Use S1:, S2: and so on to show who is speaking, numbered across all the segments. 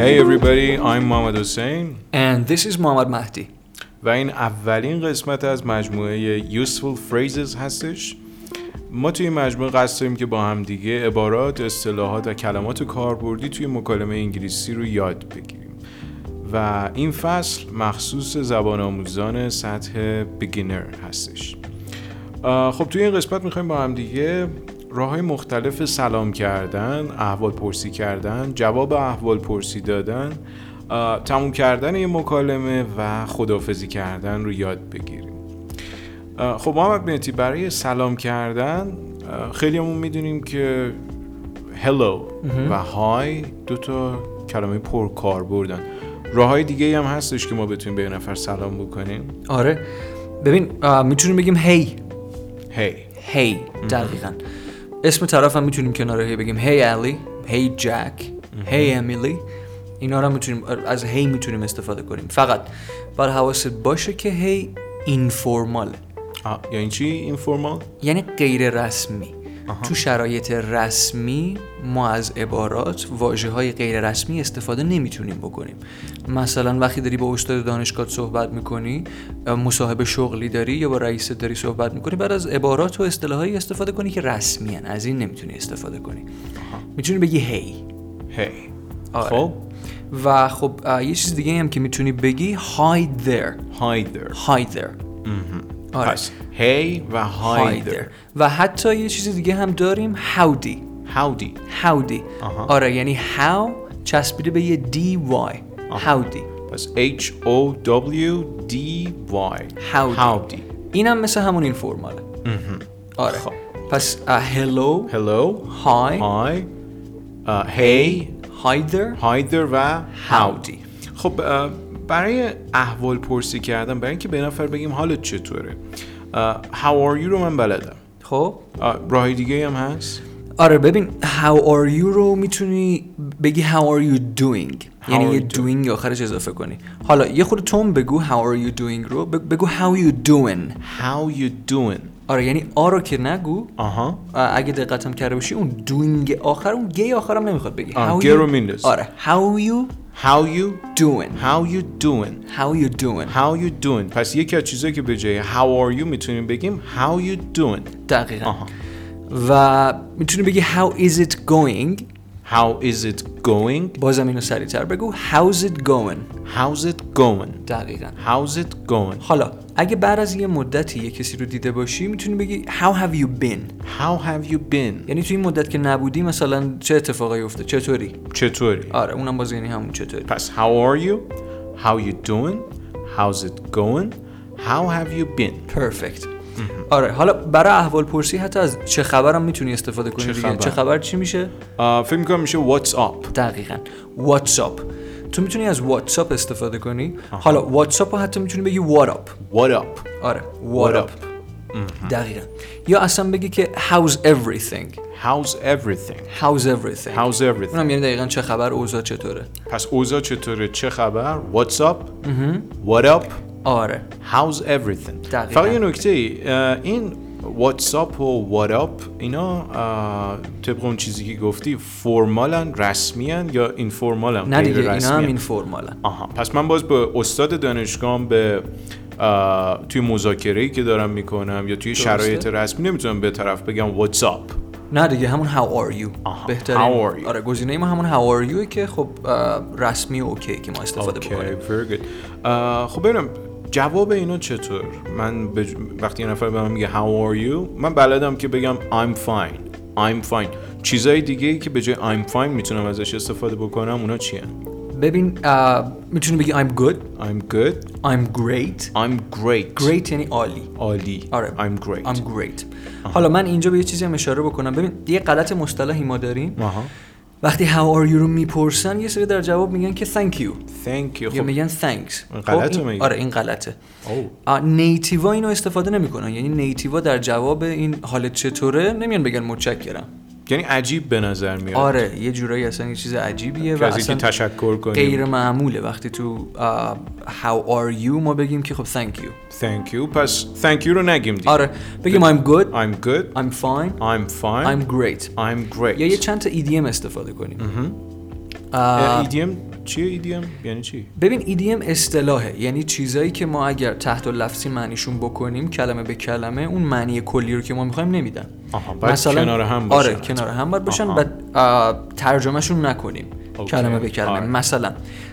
S1: Hey everybody, I'm محمد حسین
S2: And this is Mohammad Mahdi.
S1: و این اولین قسمت از مجموعه Useful Phrases هستش ما توی این مجموعه قصد داریم که با هم دیگه عبارات، اصطلاحات و کلمات کاربردی توی مکالمه انگلیسی رو یاد بگیریم و این فصل مخصوص زبان آموزان سطح beginner هستش آه، خب توی این قسمت میخوایم با هم دیگه راه های مختلف سلام کردن، احوال پرسی کردن، جواب احوال پرسی دادن، آه، تموم کردن یه مکالمه و خدافزی کردن رو یاد بگیریم. آه، خب محمد بنتی برای سلام کردن خیلی همون میدونیم که hello و های دو تا کلمه پرکار بردن راه های دیگه هم هستش که ما بتونیم به یه نفر سلام بکنیم
S2: آره ببین آه، میتونیم بگیم هی
S1: هی
S2: هی دقیقا اسم طرف هم میتونیم کنار هی بگیم هی علی هی جک هی امیلی اینا رو هم میتونیم از هی میتونیم استفاده کنیم فقط بر حواست باشه که هی اینفورمال
S1: آه، یعنی چی اینفورمال
S2: یعنی غیر رسمی تو شرایط رسمی ما از عبارات واجه های غیر رسمی استفاده نمیتونیم بکنیم مثلا وقتی داری با استاد دانشگاه صحبت میکنی مصاحبه شغلی داری یا با رئیست داری صحبت میکنی بعد از عبارات و اصطلاحایی استفاده کنی که رسمی هن. از این نمیتونی استفاده کنی میتونی بگی هی
S1: هی
S2: آره.
S1: خب
S2: و خب اه، یه چیز دیگه هم که میتونی بگی های there
S1: های در
S2: های there آره.
S1: پس هی و های
S2: hi
S1: در
S2: there و حتی یه چیز دیگه هم داریم howdy
S1: هاودی
S2: howdy
S1: آها.
S2: آره یعنی how چسبیده به یه dy howdy
S1: پس H O W D Y
S2: Howdy.
S1: هاودی
S2: اینم مثل همون این فرماله آره
S1: خب.
S2: پس اه، hello
S1: هلو
S2: hi
S1: های Uh, هی
S2: hi there
S1: های در و
S2: howdy
S1: خب اه، برای احوال پرسی کردن برای اینکه به نفر بگیم حالت چطوره اه، How are you رو من بلدم
S2: خب
S1: اه، راه دیگه هم هست
S2: آره ببین how are you رو میتونی بگی how are you doing یعنی
S1: are
S2: یه
S1: you
S2: doing آخرش اضافه کنی حالا یه خود توم بگو how are you doing رو بگ- بگو how you doing
S1: How you doing
S2: آره یعنی آ رو که نگو
S1: آها
S2: اگه دقت هم کرده باشی اون دوینگ آخر اون گی آخر هم نمیخواد بگی
S1: آه،
S2: How
S1: گه
S2: you-
S1: رو میندازی.
S2: آره how you
S1: How you
S2: doing
S1: How you doing
S2: how you doing
S1: How you doing پس یکی از چیزایی که به جای How are you میتونیم بگیم How you doing Uh-huh.
S2: دقیقا
S1: آها.
S2: و میتونی بگی how is it going
S1: How is it going
S2: بازم اینو سریعتر بگو how's it going
S1: How's it going
S2: دقیقا
S1: How's it going
S2: حالا اگه بعد از یه مدتی یه کسی رو دیده باشی میتونی بگی how have you been
S1: How have you been
S2: یعنی توی این مدت که نبودی مثلا چه اتفاقی افتاد چطوری
S1: چطوری
S2: آره اونم باز یعنی همون چطوری
S1: پس How are you How you doing How's it going How have you been
S2: پرفکت آره حالا برای احوال پرسی حتی از چه خبرم میتونی استفاده کنی
S1: چه
S2: دیگه.
S1: خبر؟
S2: چه خبر چی میشه
S1: آه، فکر میکنم میشه Uh, What's up
S2: دقیقا واتساپ تو میتونی از واتساپ استفاده کنی حالا واتساپ رو حتی میتونی بگی واتاپ
S1: What up
S2: آره واتاپ دقیقا یا اصلا بگی که how's everything
S1: How's everything
S2: how's everything
S1: How's everything
S2: اونم یعنی دقیقا چه خبر اوضاع چطوره
S1: پس اوضاع چطوره چه خبر What's up What up
S2: آره
S1: How's everything
S2: دقیقاً.
S1: فقط یه نکته ای اه، این واتساپ و واتاپ اینا اه، طبق اون چیزی که گفتی فرمالن رسمیان یا اینفورمالن
S2: نه دیگه
S1: غیر
S2: اینا هم
S1: رسمی‌ان؟
S2: این فرمالن
S1: آها پس من باز به استاد دانشگاهم به اه، توی مذاکره که دارم میکنم یا توی شرایط رسمی نمیتونم به طرف بگم واتساپ
S2: نه دیگه همون how are you
S1: آها.
S2: بهترین
S1: How are you؟
S2: آره گزینه ما همون how are you که خب اه، رسمی و اوکی که ما استفاده
S1: Okay,
S2: بکنیم
S1: very good. اه، خب ببینم جواب اینا چطور من به ج- وقتی یه نفر به من میگه how are you من بلدم که بگم I'm fine I'm fine چیزای دیگه ای که به جای I'm fine میتونم ازش استفاده بکنم اونا چیه
S2: ببین اه، میتونی بگی I'm good
S1: I'm good
S2: I'm great
S1: I'm great
S2: great یعنی عالی
S1: عالی
S2: آره.
S1: I'm great
S2: I'm great حالا من اینجا به یه چیزی هم اشاره بکنم ببین یه غلط مصطلحی ما داریم
S1: آها
S2: وقتی how are you رو میپرسن یه سری در جواب میگن که thank you
S1: thank you
S2: یا
S1: خب oh.
S2: میگن thanks
S1: غلطه
S2: این-
S1: مگه؟
S2: آره این غلطه
S1: او.
S2: آه، نیتیوا اینو استفاده نمیکنن یعنی نیتیوا در جواب این حالت چطوره نمیان بگن متشکرم
S1: یعنی عجیب به نظر میاد
S2: آره یه جورایی اصلا یه چیز عجیبیه و
S1: که از اینکه
S2: اصلا
S1: تشکر کنیم
S2: غیر معموله وقتی تو آه، how are you ما بگیم که خب thank you
S1: thank you پس thank you رو نگیم دیگه
S2: آره بگیم I'm good
S1: I'm good
S2: I'm fine
S1: I'm fine
S2: I'm great
S1: I'm great
S2: E یا یه چند تا EDM استفاده کنیم
S1: Uh, اه، EDM چیه EDM یعنی چی
S2: ببین EDM اصطلاحه یعنی چیزایی که ما اگر تحت لفظی معنیشون بکنیم کلمه به کلمه اون معنی کلی رو که ما میخوایم نمیدن
S1: آها، باید کنار هم باشن.
S2: آره کنار هم باید باشن
S1: آها.
S2: و آه، ترجمهشون نکنیم
S1: اوکی.
S2: کلمه به کلمه
S1: آره.
S2: مثلا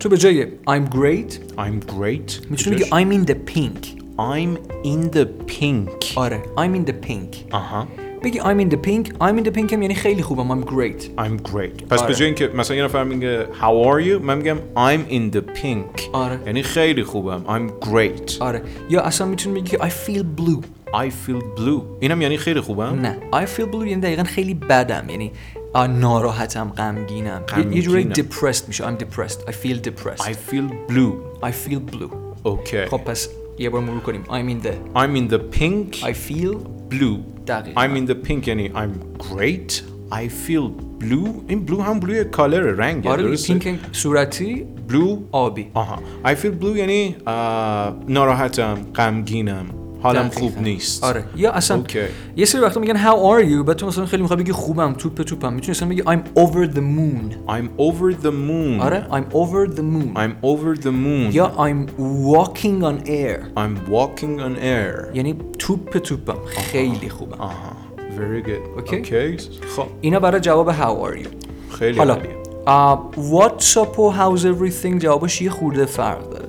S2: تو به جای I'm great
S1: I'm great
S2: میتونی بگی
S1: کجاش؟
S2: I'm in the pink
S1: I'm in the pink
S2: آره I'm in the pink
S1: آها
S2: بگی I'm in the pink I'm in the pink هم یعنی خیلی خوبم I'm great
S1: I'm great پس
S2: آره.
S1: به جای اینکه مثلا یه نفر میگه eh, How are you من میگم I'm in the pink
S2: آره.
S1: یعنی خیلی خوبم I'm great
S2: آره یا اصلا میتونی بگی I feel blue
S1: I feel blue اینم یعنی خیلی خوبم
S2: نه I feel blue یعنی دقیقا خیلی بدم یعنی آه، ناراحتم غمگینم یه- یه جوری
S1: غمگینم.
S2: depressed میشه I'm depressed I feel depressed
S1: I feel blue
S2: I feel blue
S1: اوکی
S2: خب پس یه بار مرور کنیم I'm in the
S1: I'm in the pink
S2: I feel
S1: blue
S2: دقیقاً.
S1: I'm in the pink یعنی I'm great I feel blue این blue هم blue کالر رنگه
S2: آره دیگه،
S1: درسته
S2: پینک صورتی
S1: blue
S2: آبی
S1: آها I feel blue یعنی آه، ناراحتم غمگینم حالم
S2: دقیقاً.
S1: خوب نیست
S2: آره یا اصلا
S1: اوکی.
S2: یه سری وقتا میگن how are you بعد تو مثلا خیلی میخوای بگی خوبم توپ به توپم میتونی اصلا بگی I'm over the moon
S1: I'm over the moon
S2: آره I'm over the moon
S1: I'm over the moon
S2: یا I'm walking on air
S1: I'm walking on air
S2: یعنی توپ به توپم خیلی خوبم
S1: آها very good
S2: اوکی.
S1: اوکی. خب
S2: اینا برای جواب how are you
S1: خیلی
S2: حالا
S1: عالیه.
S2: آه، whatsapp و how's everything جوابش یه خورده فرق داره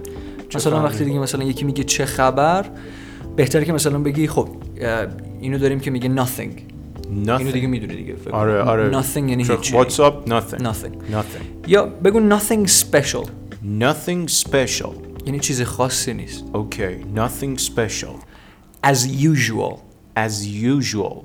S2: مثلا
S1: فرقی؟
S2: وقتی دیگه مثلا یکی میگه چه خبر بهتره که مثلا بگی خب اه، اینو داریم که میگه nothing اینو
S1: nothing
S2: دیگه میدونی دیگه فکر کنم.
S1: آره آره
S2: nothing یعنی
S1: چه-
S2: هیچی
S1: what's up nothing
S2: nothing
S1: nothing
S2: یا بگو nothing special
S1: nothing special
S2: یعنی چیز خاصی نیست
S1: Okay, nothing special.
S2: as usual
S1: As usual.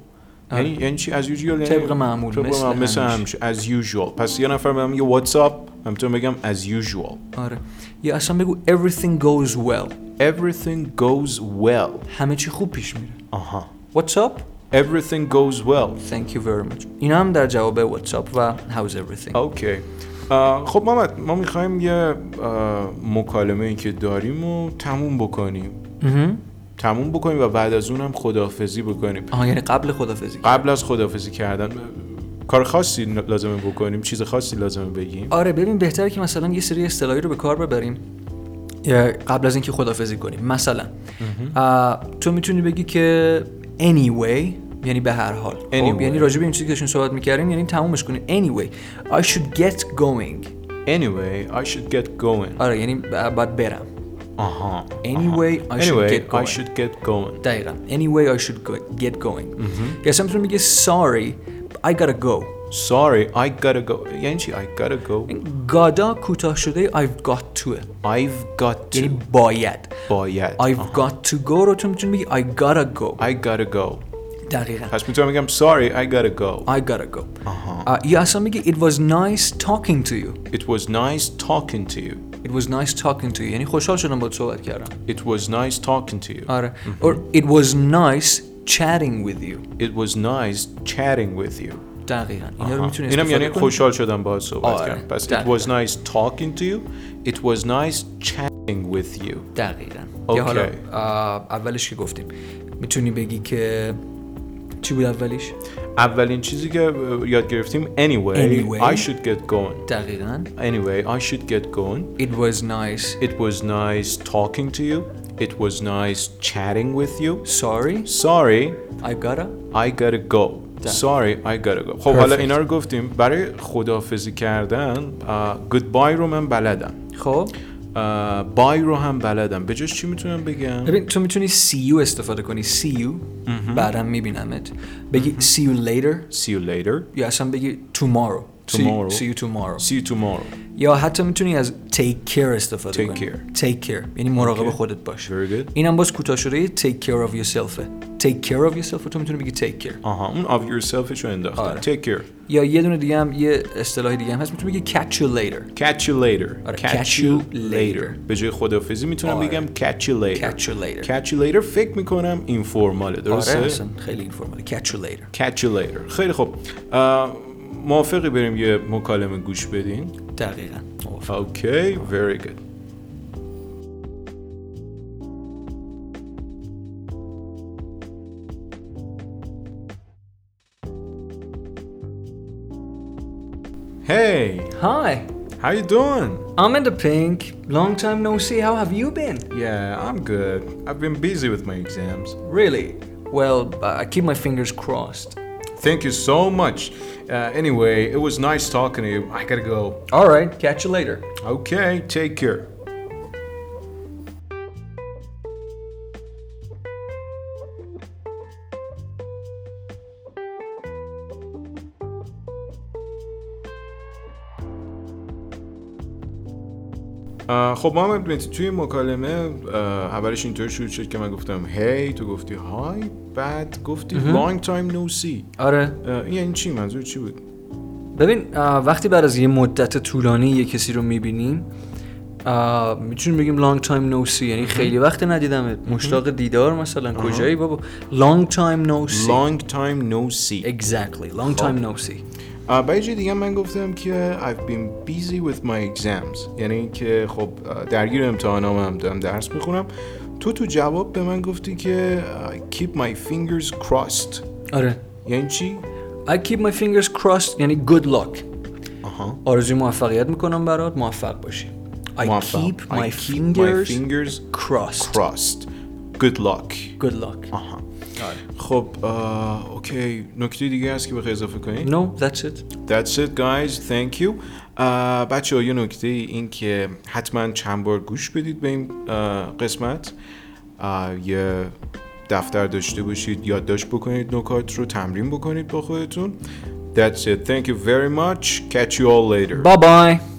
S1: یعنی یعنی چی as usual یعنی
S2: طبق معمول،
S1: طبق
S2: مثل
S1: معمول، مثل
S2: همیشه.
S1: همیشه as usual پس یه نفر بهم یه واتساپ من تو بگم as usual
S2: آره یا اصلا بگو everything goes well
S1: everything goes well
S2: همه چی خوب پیش میره
S1: آها
S2: what's up
S1: everything goes well
S2: thank you very much اینا هم در جواب whatsapp و how's everything
S1: اوکی آه، خب محمد ما میخوایم یه آه، مکالمه ای که داریم و تموم بکنیم
S2: مهم.
S1: تموم بکنیم و بعد از اونم خداحافظی بکنیم
S2: آها یعنی قبل خدافزی
S1: قبل از خداحافظی کردن اه، کار خاصی لازمه بکنیم چیز خاصی لازمه بگیم
S2: آره ببین بهتره که مثلا یه سری اصطلاحی رو به کار ببریم یا قبل از اینکه خدافزی کنیم مثلا آه، تو میتونی بگی که anyway یعنی به هر حال خب،
S1: Anyway.
S2: یعنی راجع به این چیزی که داشتیم صحبت میکردیم یعنی تمومش کنیم anyway I should get going
S1: Anyway, I should get going.
S2: آره یعنی ب- باید برم
S1: آها.
S2: anyway I should
S1: Uh-huh. Anyway,
S2: get
S1: I
S2: going
S1: should get going.
S2: دقیقا anyway I should go- get going یا اصلا میتونی بگی sorry I gotta go
S1: Sorry, I gotta go. یعنی چی I gotta go.
S2: این گادا کوتاه شده I've got to
S1: I've got to.
S2: یعنی باید
S1: باید.
S2: I've got to go رو تو میتونی بگی I gotta go
S1: I gotta go.
S2: دقیقا
S1: پس میتونم بگم sorry, I gotta go.
S2: I gotta go آه، یا اصلا میگی It was nice talking to you
S1: It was nice talking to you.
S2: It was nice talking to you یعنی خوشحال شدم باید صحبت کردم
S1: It was nice talking to you.
S2: آره Or It was nice chatting with you
S1: It was nice chatting with you. Uh-huh.
S2: دقیقا اینا رو میتونی
S1: اینم یعنی
S2: استفاده کنی.
S1: خوشحال شدم باهات صحبت
S2: آره،
S1: کردم. پس it
S2: دقیقاً.
S1: was nice talking to you. It was nice chatting with you.
S2: دقیقا
S1: اوکی.
S2: یا حالا آه، اولش که گفتیم میتونی بگی که چی بود اولش؟
S1: اولین چیزی که اه، یاد گرفتیم anyway,
S2: Anyway.
S1: I should get going.
S2: دقیقا
S1: Anyway, I should get going.
S2: It was nice
S1: It was nice talking to you. It was nice chatting with you.
S2: Sorry
S1: Sorry,
S2: I gotta
S1: I gotta go. Sorry, I gotta go. خب حالا
S2: Perfect.
S1: اینا رو گفتیم برای خداحافظی کردن آه، goodbye رو من بلدم
S2: خب
S1: آه، bye رو هم بلدم به جاش چی میتونم بگم؟
S2: ببین تو میتونی see you استفاده کنی see you
S1: Mhm.
S2: بعدم میبینمت بگی see you later
S1: See you later.
S2: یا اصلا بگی tomorrow See-
S1: Tomorrow.
S2: see you tomorrow
S1: See you tomorrow.
S2: یا حتی میتونی از take care استفاده
S1: Take
S2: کنی
S1: care.
S2: take care یعنی مراقب
S1: Okay.
S2: خودت باش
S1: Very good.
S2: اینم باز کوتاه شده یه take care of yourself take care of yourself رو تو میتونی بگی take care
S1: آها اون of yourselfش رو انداختم.
S2: آره.
S1: Take care.
S2: یا یه دونه دیگه هم یه اصطلاح دیگه هم هست میتونی بگی catch you later
S1: Catch you later.
S2: آره،
S1: Catch,
S2: catch
S1: you
S2: you
S1: later.
S2: later.
S1: به جای خداحافظی میتونم
S2: آره.
S1: بگم catch you later.
S2: catch you later
S1: catch you later فکر میکنم اینفورماله درسته؟
S2: آره اصلا خیلی اینفورماله catch you later
S1: catch you later خیلی خب اه، موافقی بریم یه مکالمه گوش بدین
S2: دقیقا
S1: اوکی very good Hey,
S2: های
S1: How you doing?
S2: I'm in the pink. Long time no see. How have you been?
S1: Yeah, I'm good. I've been busy with my exams.
S2: Really? Well, uh, I keep my fingers crossed.
S1: Thank you so much. Uh, anyway, it was nice talking to you. I gotta go.
S2: All right, catch you later.
S1: Okay, take care. اه، Uh, خب محمد مهدی توی مکالمه اه، اولش اینطور شروع شد که من گفتم هی تو گفتی های بعد گفتی لانگ تایم نو سی
S2: آره
S1: این یعنی چی منظور چی بود
S2: ببین اه، وقتی بعد از یه مدت طولانی یه کسی رو میبینیم میتونیم بگیم لانگ تایم نو سی یعنی خیلی وقت ندیدم مشتاق دیدار مثلا کجایی بابا لانگ تایم نو سی
S1: لانگ تایم نو سی
S2: exactly long time no see
S1: برای جای دیگه من گفتم که I've been busy with my exams یعنی که خب اه، درگیر امتحانام هم دارم درس میخونم تو تو جواب به من گفتی که اه، keep my fingers crossed
S2: آره
S1: یعنی چی؟
S2: I keep my fingers crossed یعنی good luck
S1: آها
S2: آرزوی موفقیت میکنم برات موفق باشی I
S1: موفق.
S2: keep
S1: I
S2: my
S1: keep my
S2: fingers
S1: fingers
S2: crossed
S1: crossed good luck
S2: good luck
S1: آها خب آه، اوکی نکته دیگه هست که بخوای اضافه کنی
S2: no that's it
S1: That's it guys thank you آه، بچه ها یه نکته این که حتما چند بار گوش بدید به این آه، قسمت آه، یه دفتر داشته باشید یادداشت بکنید نکات رو تمرین بکنید با خودتون That's it thank you very much catch you all later
S2: bye bye